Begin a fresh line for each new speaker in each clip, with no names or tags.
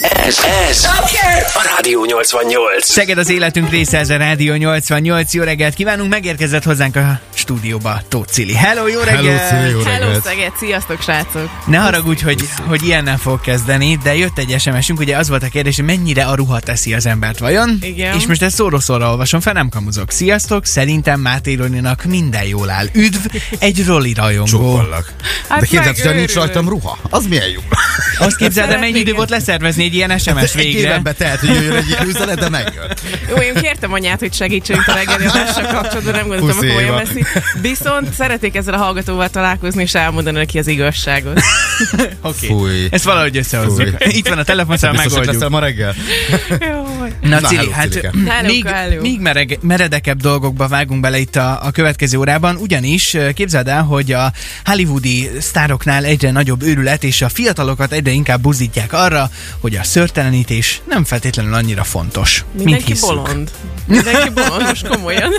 Ez, ez a Rádió 88.
Szeged az életünk része, ez a Rádió 88. Jó reggelt kívánunk, megérkezett hozzánk a stúdióba Tóth Cili. Hello, jó reggelt!
Hello, Cili, jó
Hello,
reggelt.
Szeged, sziasztok, srácok!
Ne haragudj, hogy, hogy ilyennel fog kezdeni, de jött egy SMS-ünk, ugye az volt a kérdés, hogy mennyire a ruha teszi az embert vajon?
Igen.
És most ezt szóra-szóra olvasom, fel nem kamuzok. Sziasztok, szerintem Máté Roninak minden jól áll. Üdv, egy roli rajongó.
Csókollak.
Hát
De képzeld,
meg
hogyha nincs
őrülök.
rajtam ruha, az milyen jó.
Azt képzeld, de mennyi
Szeretnék
idő
én.
volt leszervezni egy ilyen SMS
Hát Egy
végre?
évenbe tehet, hogy jöjjön egy ilyen üzenet, de megjött.
Jó, én kértem anyát, hogy segítsen itt a reggeli adással kapcsolatban, nem gondoltam,
Puszi,
hogy olyan
Éva.
veszi. Viszont szeretnék ezzel a hallgatóval találkozni, és elmondani neki az igazságot.
Oké.
Fúj.
Ezt valahogy összehozzuk.
Fúj.
Itt van a telefonszám,
Biztos, hogy leszel
megoldjuk.
ma reggel? Hát
Jaj.
Na,
Na,
Cili,
hello,
hát
Cilike.
Hello,
még,
hello.
még mereg, meredekebb dolgokba vágunk bele itt a, a következő órában, ugyanis eh, képzeld el, hogy a hollywoodi sztároknál egyre nagyobb őrület, és a fiatalokat egyre inkább buzítják arra, hogy a szörtelenítés nem feltétlenül annyira fontos. mint
Mindenki
hisszük.
bolond. Mindenki bolond, most komolyan.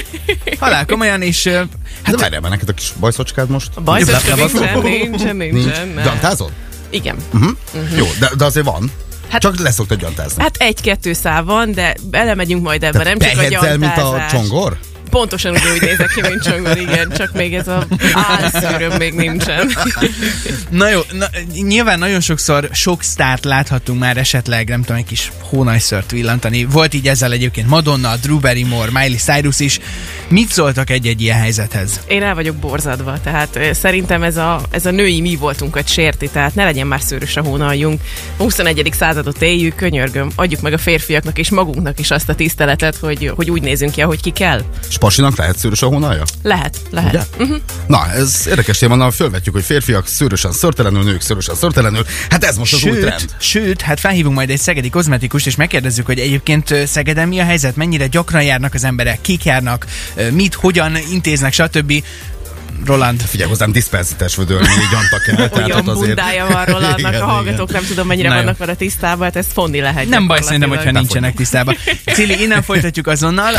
Halál komolyan, és eh,
Hát várjál már neked a kis bajszocskád most.
Bajszocska
Nem, nem,
nincsen,
nem.
nincsen,
Nincs.
nincsen. nem.
Gyantázod?
Igen.
Uh-huh. Jó, de, de azért van.
Hát-
Csak leszoktad gyantázni.
Hát egy-kettő szál van, de belemegyünk majd ebbe, nem csak a
Behedzel, mint a
gyantázás.
csongor?
Pontosan ugyanúgy nézek ki, mint csongor, igen, csak még ez a álszűröm még nincsen.
Na jó, na, nyilván nagyon sokszor sok sztárt láthattunk már esetleg, nem tudom, egy kis hónajszört villantani. Volt így ezzel egyébként Madonna, Drew Barrymore, Miley Cyrus is. Mit szóltak egy-egy ilyen helyzethez?
Én el vagyok borzadva, tehát ö, szerintem ez a, ez a női mi voltunkat sérti, tehát ne legyen már szőrös a hónaljunk. A 21. századot éljük, könyörgöm, adjuk meg a férfiaknak és magunknak is azt a tiszteletet, hogy, hogy úgy nézünk ki, ahogy ki kell.
És pasinak lehet szőrös a hónalja?
Lehet, lehet.
Ugye?
Mhm.
Uh-huh. Na, ez érdekes téma, na, fölvetjük, hogy férfiak szőrösen szörtelenül, nők szőrösen szörtelenül. Hát ez most az új trend.
Sőt, sőt, hát felhívunk majd egy szegedi kozmetikust, és megkérdezzük, hogy egyébként ö, Szegeden mi a helyzet, mennyire gyakran járnak az emberek, kik járnak, ö, mit, hogyan intéznek, stb. Roland,
Figyelj hozzám, diszperzitás vödölni, így antak el. tehát ott
Olyan
azért-
bundája van róla, annak a hallgatók nem tudom, mennyire
Na jó.
vannak vele tisztában, hát ezt fonni lehet.
nem baj
gyakorlatilag.
szerintem, hogyha nincsenek tisztában. Cili, innen folytatjuk azonnal.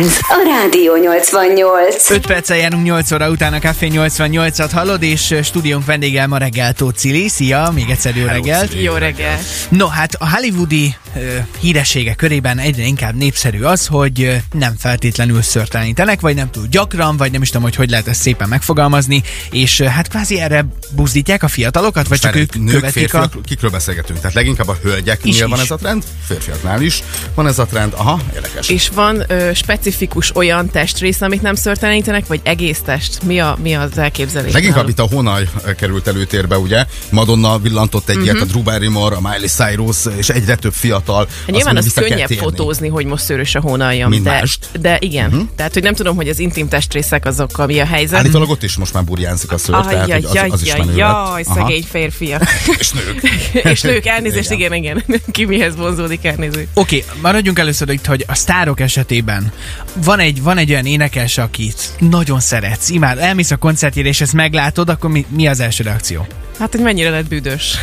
Ez a Rádió 88.
5 perccel járunk 8 óra után a Café 88-at hallod, és ö, stúdiónk vendége ma reggel Tóth Cili. Szia, még egyszer jó reggelt.
Hát Jó reggel.
No, hát a hollywoodi ö, híressége körében egyre inkább népszerű az, hogy ö, nem feltétlenül szörtelenítenek, vagy nem túl gyakran, vagy nem is tudom, hogy hogy lehet ezt szépen megfogalmazni, és ö, hát kvázi erre buzdítják a fiatalokat, vagy csak
Várj,
ők
nők,
követik a...
férfiak, kikről beszélgetünk? Tehát leginkább a hölgyeknél
Is,
van
is.
ez a trend, férfiaknál is van ez a trend. Aha, érdekes.
És van ö, specifikus olyan testrész, amit nem szörtelenítenek, vagy egész test? Mi, a, mi az elképzelés?
Leginkább
náluk?
itt a honaj eh, került előtérbe, ugye? Madonna villantott egy ilyet, a Drew Barrymore, a Miley Cyrus, és egyre több fiatal.
Mhm. Hát nyilván
mondja,
az
vissza kell
könnyebb
térni.
fotózni, hogy most szőrös a hónaljam.
Mint
de,
mást. Mhm.
de igen. Uh-huh. Tehát, hogy nem tudom, hogy az intim testrészek azokkal mi a helyzet.
Állítólag ott is most már burjánzik a szőr, tehát hogy az, az is menő
jaj,
lett. Aha.
szegény férfiak.
És nők.
És nők, elnézést, igen, igen. Ki mihez vonzódik, elnézést.
Oké, okay, maradjunk először itt, hogy a sztárok esetében van egy, van egy olyan énekes, akit nagyon szeretsz, imád, elmész a koncertjére, és ezt meglátod, akkor mi, mi az első reakció?
Hát, hogy mennyire lett bűdös.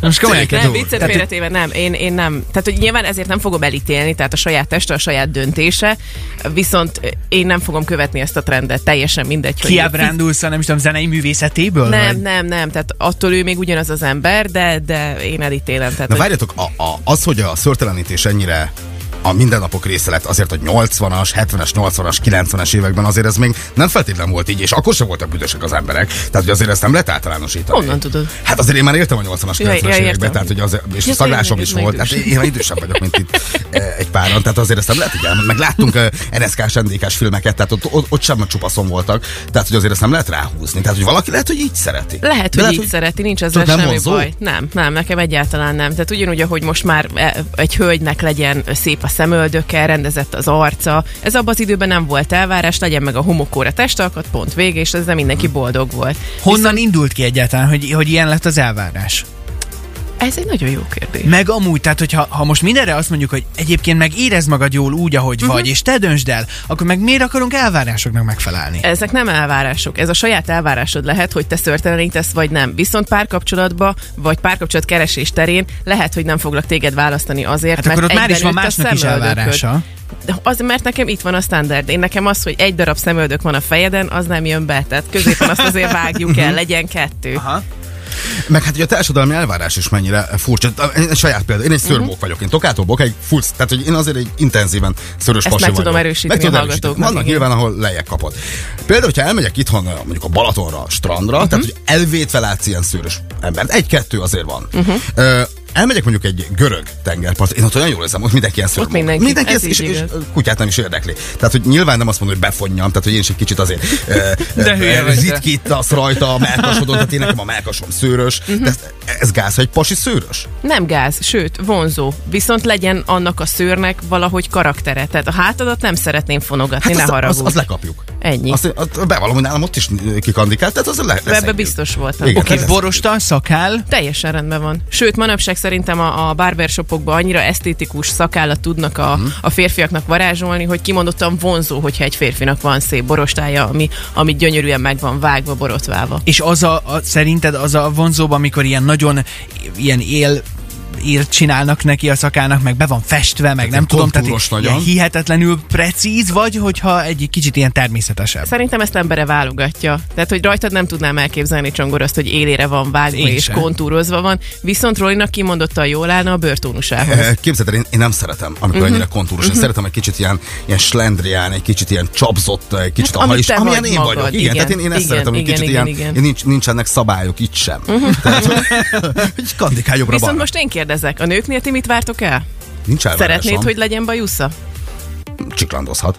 Most komolyan
Nem,
kérdezem.
viccet
Tehát, hogy
félretéve nem, én, én nem. Tehát, hogy nyilván ezért nem fogom elítélni, tehát a saját teste, a saját döntése, viszont én nem fogom követni ezt a trendet, teljesen mindegy, hogy...
Kiábrándulsz a nem is tudom, zenei művészetéből? vagy?
Nem, nem, nem, tehát attól ő még ugyanaz az ember, de, de én elítélem. Tehát,
Na
hogy-
várjatok, a, a, az, hogy a szörtelenítés ennyire a mindennapok része lett azért a 80-as, 70-es, 80-as, 90-es években azért ez még nem feltétlen volt így, és akkor sem voltak büdösek az emberek. Tehát hogy azért ezt nem lehet általánosítani.
Honnan tudod?
Hát azért én már éltem a 80-as, 90-es
Ja, ja,
években,
értem.
tehát hogy az, és
Ja,
ja, szaglásom
tényleg,
is
meg
volt. Hát
idősebb.
én már idősebb vagyok, mint itt eh, egy páran, tehát azért ezt nem lehet így elmondani. Meg láttunk eh, NSK-s, NDK-s filmeket, tehát ott, ott, ott sem a csupaszon voltak, tehát hogy azért ezt nem lehet ráhúzni. Tehát hogy valaki lehet, hogy így szereti.
Lehet,
De
hogy így szereti, nincs ezzel
Tudod, nem
semmi
vonzó?
baj. Nem, nem, nekem egyáltalán nem. Tehát ugyanúgy, ahogy most már e, egy hölgynek legyen szép a szemöldöke, rendezett az arca, ez abban az időben nem volt elvárás, legyen meg a homokóra testalkat, pont vége, és ezzel mindenki boldog volt.
Honnan indult ki egyáltalán, hogy, hogy ilyen lett az elvárás?
Ez egy nagyon jó kérdés.
Meg amúgy, tehát hogyha ha most mindenre azt mondjuk, hogy egyébként meg érez magad jól úgy, ahogy
Mhm.
uh-huh. vagy, és te döntsd el, akkor meg miért akarunk elvárásoknak megfelelni?
Ezek nem elvárások. Ez a saját elvárásod lehet, hogy te szörtelenítesz, vagy nem. Viszont párkapcsolatba, vagy párkapcsolat keresés terén lehet, hogy nem foglak téged választani azért,
Hát
mert
akkor ott már
egyben
is van
üt a
másnak is
szemöldököd.
elvárása.
De Az, mert nekem itt van a standard. Én nekem az, hogy egy darab szemöldök van a fejeden, az nem jön be. Tehát középen azt azért vágjuk el, legyen kettő.
Mhm. Aha.
Meg hát ugye a társadalmi elvárás is mennyire furcsa. Én egy saját példa, én egy szőrmók
Mhm.
uh-huh. vagyok, én tokától bokáig full, tehát hogy én azért egy intenzíven szörös
Ezt
pasi
meg
vagyok.
tudom erősíteni
meg tudom
a
erősíteni.
hallgatóknak,
Vannak
igen.
nyilván, ahol lejjebb kapod. Például, hogyha elmegyek itthon mondjuk a Balatonra, a strandra,
Mhm.
uh-huh. tehát hogy elvétve látsz ilyen szőrös embert, egy-kettő azért van.
Mhm.
Uh-huh. Ö, elmegyek mondjuk egy görög tengerpart, én ott olyan jól érzem, ott mindenki ilyen szőrmók.
mindenki,
mindenki
ez
ezt, és,
így
és,
igaz.
kutyát nem is érdekli. Tehát, hogy nyilván nem azt mondom, hogy befonjam, tehát, hogy én is egy kicsit azért ö,
De hülye
ö,
vagy te.
ritkítasz rajta a melkasodon, tehát én nekem a melkasom szőrös,
Mhm.
de ez, ez gáz, ha egy pasi szőrös?
Nem gáz, sőt, vonzó. Viszont legyen annak a szőrnek valahogy karaktere. Tehát a hátadat nem szeretném fonogatni,
Hát
ne
Hát azt,
haragudj.
az, az lekapjuk.
Ennyi.
Azt, azt bevallom, hogy nálam ott is kikandikált, tehát az le,
Ebben
leszedjük.
biztos voltam.
Igen.
Oké,
Lesz.
borosta, szakál,
Teljesen rendben van. Sőt, manapság szerintem a, a barbershopokban annyira esztétikus szakállat tudnak a, mm. a férfiaknak varázsolni, hogy kimondottan vonzó, hogyha egy férfinak van szép borostája, ami, ami gyönyörűen meg van vágva, borotváva.
és az a, a, szerinted az a vonzóban, amikor ilyen nagyon ilyen él írt csinálnak neki a szakának, meg be van festve, meg nem tudom, tehát
kontúros
ilyen
nagyon.
hihetetlenül precíz, vagy hogyha egy kicsit ilyen természetesebb.
Szerintem ezt embere válogatja. Tehát, hogy rajtad nem tudnám elképzelni csongoroszt, hogy élére van vágva
Én
és
sem.
kontúrozva van, viszont Rolinak kimondottan jól állna a bőrtónusához.
Ö, Képzeld el, én, én nem szeretem, amikor
Mhm.
uh-huh. annyira kontúros. Én szeretem egy kicsit ilyen, ilyen slendrián, egy kicsit ilyen csapzott, egy kicsit
Hát,
a
amit
is,
te
amilyen
vagy
én
magad,
vagyok. Igen,
igen,
tehát én, én ezt
igen,
szeretem, egy
igen,
kicsit
igen,
ilyen,
igen. Mhm.
Én nincs, nincsenek szabályok itt sem. Tehát, hogy, hogy kandikál jobbra
Viszont
balra.
most én kérdezek, a nőknél ti mit vártok el?
Nincs elvárásom.
Szeretnéd, hogy legyen bajusza?
csiklandozhat.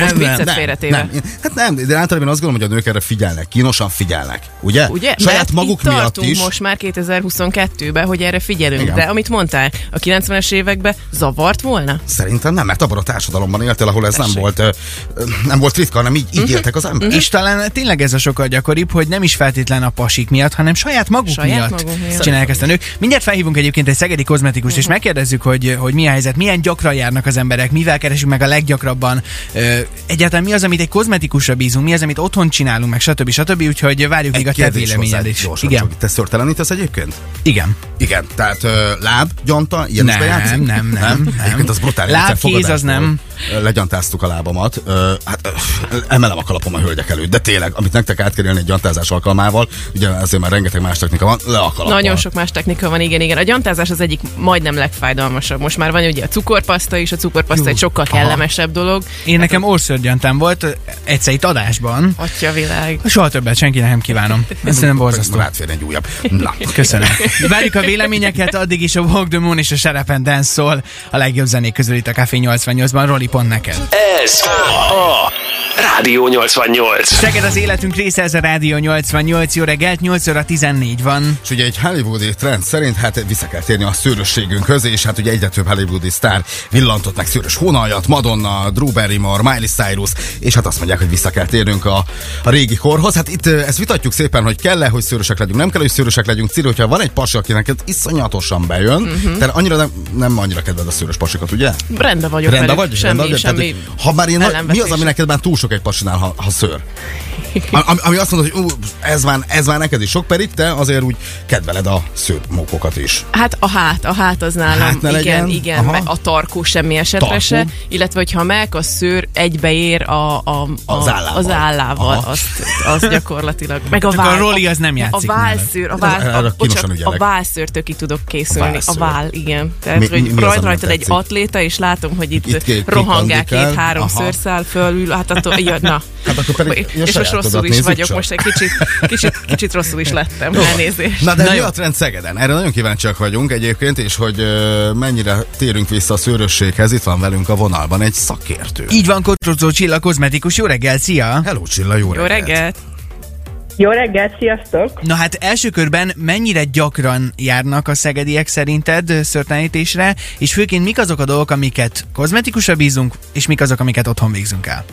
most viccet félretéve.
nem. Hát nem, de általában én azt gondolom, hogy a nők erre figyelnek, kínosan figyelnek, ugye?
Ugye?
Saját
Mert
maguk
itt
miatt
tartunk
is.
most már 2022-ben, hogy erre figyelünk.
Igen.
Igen. De amit mondtál, a 90-es években zavart volna?
Szerintem nem, mert abban a társadalomban éltél, ahol ez nem
Tessék. Mhm.
volt, ö, ö, nem volt ritka, hanem így, így éltek az emberek.
És talán tényleg ez a sokkal gyakoribb, hogy nem is feltétlen a pasik miatt, hanem saját maguk
Saját
miatt
maguk miatt. Mhm.
csinálják ezt a nők. Mindjárt felhívunk egyébként egy szegedi kozmetikust, és megkérdezzük, hogy, hogy mi a helyzet, milyen gyakran járnak az emberek, mivel keresünk meg a leggyakrabban. Ö, Egyáltalán mi az, amit egy kozmetikusra bízunk, mi az, amit otthon csinálunk, meg stb. stb. Úgyhogy várjuk még a te
kérdés
véleményed
hozzád,
is.
gyorsan,
Igen,
Csogi. Te szörtelenítesz egyébként?
igen.
Igen, tehát ö, láb, gyanta, ilyen
Nem,
is bejátszik?
nem, nem, nem.
Egyébként az brutál.
Láb,
egyszer
kéz, az nem.
fogadásból, ö, Legyantáztuk a lábamat. Ö, hát ö, emelem a kalapom a hölgyek előtt, de tényleg, amit nektek át kell élni egy gyantázás alkalmával, ugye azért már rengeteg más technika van, le a kalapom.
Nagyon sok más technika van, igen, igen. A gyantázás az egyik majdnem legfájdalmasabb. Most már van ugye a cukorpaszta is, a cukorpaszta egy sokkal kellemesebb dolog.
Én nekem orszörgyantám volt ö, egyszer itt adásban.
Atya világ.
Soha többet senkinek nem kívánom. Ez nem borzasztó.
Rátfér egy újabb. Na.
Köszönöm. Várjuk a véleményeket, addig is a Walk the Moon és a Serap and Dance szól. A legjobb zenék közül itt a Café 88-ban. Roli, pont neked.
Ez a Rádió 88.
Neked az életünk része, ez a Rádió 88. Jó reggelt, 8 óra 14 van.
És ugye egy hollywoodi trend szerint hát vissza kell térni a szőrösségünk közé, és hát ugye egyre több hollywoodi sztár villantott meg szőrös honaljat, Madonna, Drew Barrymore, Miley Cyrus, és hát azt mondják, hogy vissza kell térnünk a, a régi korhoz. Hát itt ö, ezt vitatjuk szépen, hogy kell-e, hogy szőrösek legyünk, nem kell, hogy szőrösek legyünk. Círi, hogyha van egy pasi, akinek ez iszonyatosan bejön, uh-huh. tehát annyira nem, nem annyira kedved a szőrös pasikat, ugye?
Rendben vagyok
Rendben
velük.
vagy?
semmi,
Rendben vagy? Tehát,
semmi.
hogy ha már ilyen, nagy- mi az,
ellenvetés.
ami neked már túl sok egy pasinál, ha, ha szőr? A- Ami, ami azt mondod, hogy ú, ez már, ez már neked is sok, pedig te azért úgy kedveled a szőrmókokat is.
Hát a hát, a hát az nálam.
Hát ne
igen,
legyen.
igen,
Aha.
me- a tarkó semmi esetre
Tarkó.
se. Illetve, hogyha meg a szőr egybeér a, a, a,
Az állával.
az, állával
Aha.
azt, azt gyakorlatilag. Meg a
Csak a
váll.
Roli az nem
A
játszik nálad.
válszőr, a,
Hát Erre
vál, a,
kínosan
bocsánat, a
ügyelek.
válszőrtől ki tudok
A
készülni. A
válszőr.
vál, igen. Tehát,
Mi-
hogy
mi az, ami
rajt,
nem
rajtad egy
tetszik?
atléta, és látom, hogy itt,
Itt ki-
itt
ki
rohangál
kandikál.
két-három
Aha.
szőrszál fölül, hát attól, ja, na.
Hát akkor pedig a
és most
sajátodat
rosszul is
nézzük
vagyok,
csak.
most egy kicsit, kicsit, kicsit rosszul is lettem, elnézést.
Na de
Na
mi
jó.
a trend Szegeden? Erre nagyon kíváncsiak vagyunk egyébként, és hogy ö, mennyire térünk vissza a szőrösséghez. Itt van velünk a vonalban egy szakértő.
Így van, Kotrocó Csilla, kozmetikus. Jó reggel, szia!
Hello Csilla, jó,
Jó reggelt!
Jó reggelt, sziasztok!
Na hát első körben mennyire gyakran járnak a szegediek szerinted ö, szörtelenítésre, és főként mik azok a dolgok, amiket kozmetikusra bízunk, és mik azok, amiket otthon végzünk el?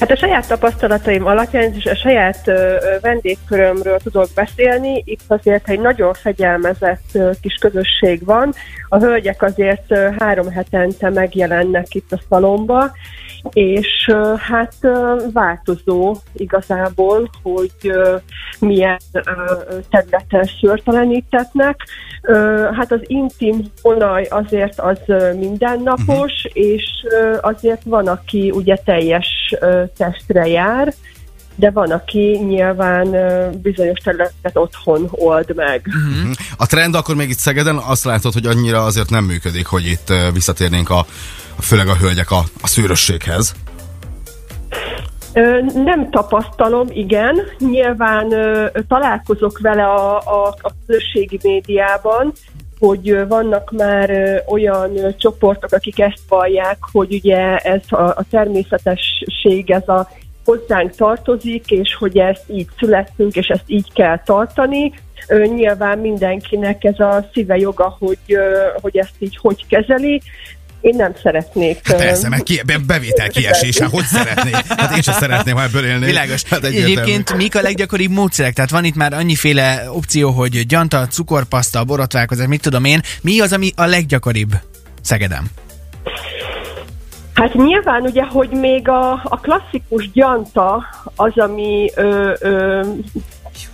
Hát a saját tapasztalataim alapján és a saját ö, ö, vendégkörömről tudok beszélni. Itt azért egy nagyon fegyelmezett ö, kis közösség van. A hölgyek azért ö, három hetente megjelennek itt a szalomba, és ö, hát ö, változó igazából, hogy ö, milyen ö, ö, területen sörtelenítetnek. Ö, Hát az intim olaj azért az ö, mindennapos, és ö, azért van, aki ugye teljes ö, testre jár, de van, aki nyilván ö, bizonyos területet otthon old meg.
A trend akkor még itt Szegeden azt látod, hogy annyira azért nem működik, hogy itt ö, visszatérnénk a, a főleg a hölgyek a, a szőrösséghez.
Ö, Nem tapasztalom, igen. Nyilván ö, találkozok vele a, a, a közösségi médiában, hogy ö, vannak már ö, olyan ö, csoportok, akik ezt vallják, hogy ugye ez a, a természetesség, ez a hozzánk tartozik, és hogy ezt így születtünk, és ezt így kell tartani. Ö, Nyilván mindenkinek ez a szíve joga, hogy, ö, hogy ezt így hogy kezeli. Én nem szeretnék.
Hát
ö,
persze, mert ki, be- bevétel kiesés, hát hogy szeretnék? Hát én sem szeretném, ha ebből élnék.
Világos.
Hát egyértelmű.
Egyébként mik a leggyakoribb módszerek? Tehát van itt már annyiféle opció, hogy gyanta, cukorpaszta, borotválkozás, mit tudom én. Mi az, ami a leggyakoribb? Szegedem.
Hát nyilván ugye, hogy még a, a klasszikus gyanta az, ami ö, ö,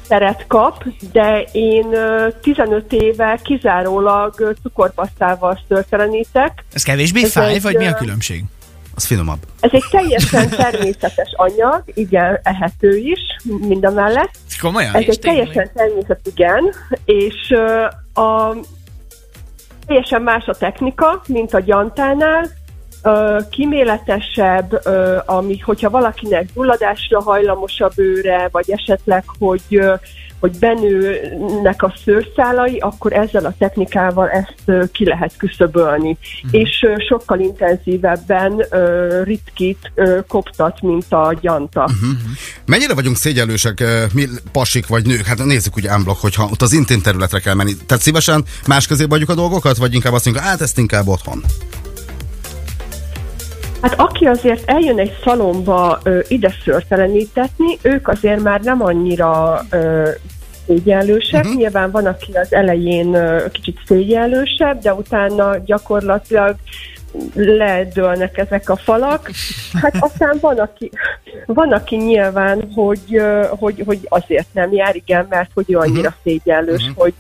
teret kap, de én ö, 15 éve kizárólag ö, cukorpasztával szörtelenítek.
Ez kevésbé
Ez
fáj,
egy,
vagy mi a
ö,
különbség?
Az finomabb.
Ez egy teljesen természetes anyag, igen, ehető is, mind a mellett.
Komolyan?
Ez egy
tényleg.
teljesen természet, igen, és ö, a, teljesen más a technika, mint a gyantánál, ö, kiméletesebb, ö, ami, hogyha valakinek gyulladásra hajlamos a bőre, vagy esetleg, hogy ö, hogy benőnek a szőrszálai, akkor ezzel a technikával ezt ö, ki lehet küszöbölni. És ö, sokkal intenzívebben ö, ritkít ö, koptat, mint a gyanta.
Mennyire vagyunk szégyelősek, ö, mi pasik vagy nők? Hát nézzük úgy ámblok, hogyha ott az intim területre kell menni. Tehát szívesen más közé vagyunk a dolgokat, vagy inkább azt mondjuk, hát ezt inkább otthon.
Hát aki azért eljön egy szalomba ö, ide szörtelenítetni, ők azért már nem annyira ö, szégyenlősek.
Mhm.
Uh-huh. Nyilván van, aki az elején ö, kicsit szégyenlősebb, de utána gyakorlatilag ledőlnek ezek a falak. Hát aztán van, aki, van, aki nyilván, hogy, ö, hogy, hogy azért nem jár, igen, mert hogy
Mhm.
ő annyira uh-huh. szégyenlős, uh-huh. hogy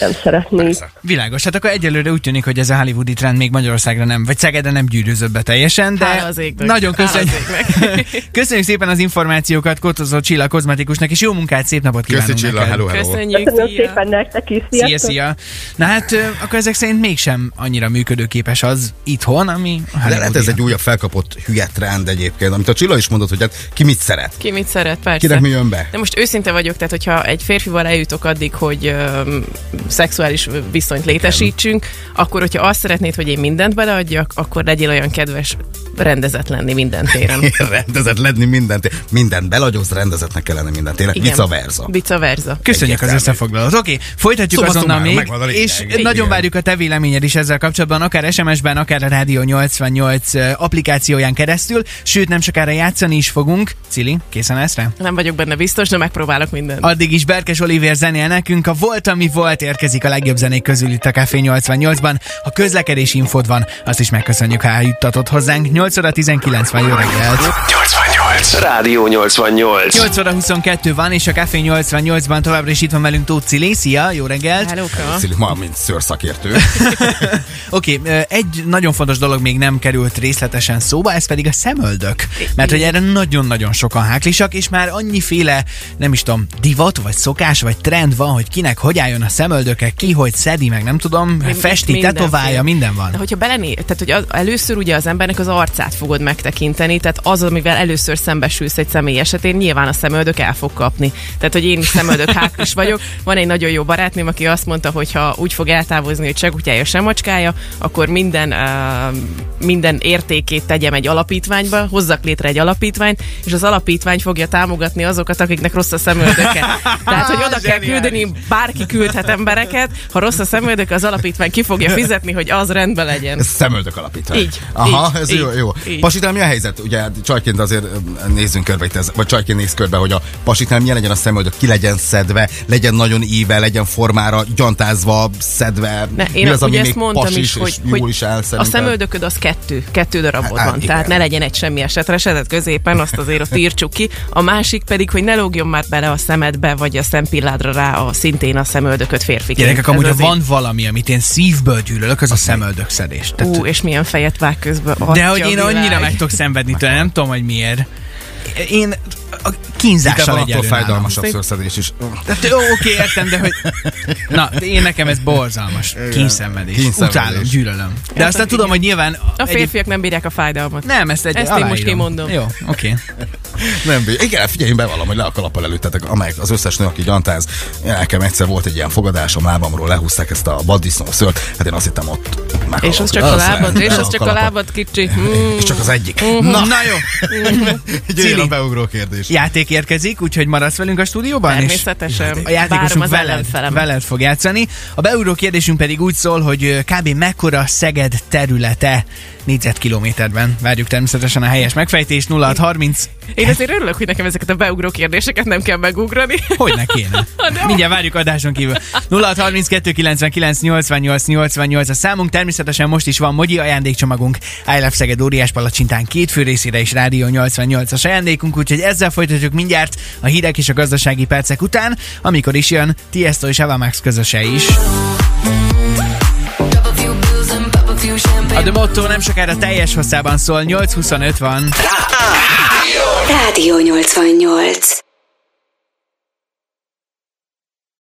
nem szeretné. Persze.
Világos, hát akkor egyelőre úgy tűnik, hogy ez a hollywoodi trend még Magyarországra nem, vagy Szegedre nem gyűrűzött be teljesen, de
Hála az égnek.
nagyon
Hála az
köszönjük.
égnek.
köszönjük szépen az információkat Kotozó Csilla kozmetikusnak, és jó munkát, szép napot kívánunk
Köszi Csilla,
neked.
hello, hello.
Köszönjük,
Köszönöm
szia.
szépen nektek is.
Szia,
Sziasztok!
szia. Na hát ö, akkor ezek szerint mégsem annyira működőképes az itthon, ami a
De lehet
hollywoodi.
ez egy újabb felkapott hülye trend egyébként, amit a Csilla is mondott, hogy hát ki mit szeret.
Ki mit szeret, persze.
Kinek mi jön be?
De most őszinte vagyok, tehát hogyha egy férfival eljutok addig, hogy öm, szexuális viszonyt létesítsünk, akkor hogyha azt szeretnéd, hogy én mindent beleadjak, akkor legyél olyan kedves rendezett lenni minden téren.
rendezett lenni mindent, mindent belagyoz, rendezetnek kellene minden tényleg,
Igen.
vice versa.
Vice versa.
Köszönjük az
Egyértelmű.
összefoglalót. Oké, folytatjuk
Summa
azonnal
summarum,
még,
megvan a lényeg.
és
Igen.
nagyon várjuk a te véleményed is ezzel kapcsolatban, akár SMS-ben, akár a Rádió 88 applikációján keresztül, sőt nem sokára játszani is fogunk. Cili, készen állsz rá?
Nem vagyok benne biztos, de megpróbálok mindent.
Addig is Berkes Olivér zenél nekünk, a Volt, ami volt érkezik a legjobb zenék közül itt a Café 88-ban. Ha közlekedési infód van, azt is megköszönjük, ha eljuttatod hozzánk. 8 óra 19 van, jó reggelt!
88. Rádió 88.
8 óra 22 van, és a Café 88-ban továbbra is itt van velünk Tóth Cili. Szia, jó reggelt!
Helóka.
Cili, ma, mint szőrszakértő.
Oké, ö, egy nagyon fontos dolog még nem került részletesen szóba, ez pedig a szemöldök. Mert hogy erre nagyon-nagyon sokan háklisak, és már annyiféle, nem is tudom, divat, vagy szokás, vagy trend van, hogy kinek hogy álljon a szemöldöke, ki hogy szedi, meg nem tudom, hát festi,
mindenféle.
tetoválja, minden van.
De hogyha belené, tehát hogy az, először ugye az embernek az arcát fogod megtekinteni, tehát az, amivel először szembesülsz egy személy esetén, nyilván a szemöldök el fog kapni. Tehát, hogy én is szemöldök háklis vagyok. Van egy nagyon jó barátném, aki azt mondta, hogy ha úgy fog eltávozni, hogy se kutyája, se macskája, akkor minden, uh, minden értékét tegyem egy alapítványba, hozzak létre egy alapítványt, és az alapítvány fogja támogatni azokat, akiknek rossz a szemöldöke. Tehát, hogy oda kell küldeni, bárki küldhet embereket, ha rossz a szemöldök, az alapítvány ki fogja fizetni, hogy az rendben legyen.
Ez szemöldök alapítvány.
Így,
Aha,
így,
ez
így,
jó. jó.
így.
Pasitál mi a helyzet? Ugye hát csajként azért öm, nézzünk körbe, itt ez, vagy csajként néz körbe, hogy a pasitál milyen legyen a szemöldök, ki legyen szedve, legyen nagyon íve, legyen formára, gyantázva, szedve.
Ne, én
mi az, ami
ugye
még
ezt mondtam
pasis
is, hogy,
és jól
hogy
is áll
a
szerintem?
szemöldököd az kettő, kettő darabod
Hát,
van,
igen.
tehát ne legyen egy semmi esetre, se tehát középen, azt azért ott írtsuk ki. A másik pedig, hogy ne lógjon már bele a szemedbe, vagy a szempilládra rá a, szintén a szemöldököt férfiként.
Gyerekek,
Ez
amúgy ha
azért-
van valami, amit én szívből gyűlölök, az a szemöldök szedés. Tehát,
Ú, és milyen fejet vág közben.
de
atya
hogy én
világ.
annyira meg tudok szenvedni tőle, nem tudom, hogy miért. Én a
De
kínzással
van attól
egyenlő nálam.
fájdalmasabb szőrszedés is.
Tehát, jó, oké, értem, de hogy... Na, de én nekem ez borzalmas. Kínszenvedés.
Kínszenvedés.
Utálom, gyűlölöm. De aztán tudom, hogy nyilván...
A férfiak nem bírják a fájdalmat.
Nem, ezt egy
Ezt én most
aláírom.
kimondom.
Jó, oké.
Nem, bír- igen, figyelj, én bevallom, hogy le a kalappal előttetek, amelyek az összes nő, aki gyantáz. Én nekem egyszer volt egy ilyen fogadásom, lábamról lehúzták ezt a baddisznó szőrt, hát én azt hittem ott meghalok.
És az csak a
Nem,
lábad,
nem,
és
nem,
az csak a
kalappal.
lábad kicsi. Mm.
És csak az egyik.
Na, Na jó,
Győjön a
Mhm. Cili.
beugró kérdés.
játék érkezik, úgyhogy maradsz velünk a stúdióban is.
Természetesen.
hát A játékosunk
Várom az
veled,
ellenfelemet.
veled fog játszani. A beugró kérdésünk pedig úgy szól, hogy ö, kb. mekkora Szeged területe négyzetkilométerben. Várjuk természetesen a helyes megfejtést 0630.
Én azért örülök, hogy nekem ezeket a beugró kérdéseket nem kell megugrani.
Hogy ne kéne?
De-
Mindjárt várjuk adáson kívül. 0632 99 88 88 a számunk. Természetesen most is van Mogyi ajándékcsomagunk. I Love Szeged óriás palacsintán két fő részére is Rádió 88-as ajándékunk, úgyhogy ezzel folytatjuk mindjárt a hírek és a gazdasági percek után, amikor is jön Tiesto és Ava Max közöse is. A The Motto nem sokára teljes hosszában szól, 8.25 van.
Rádió 88.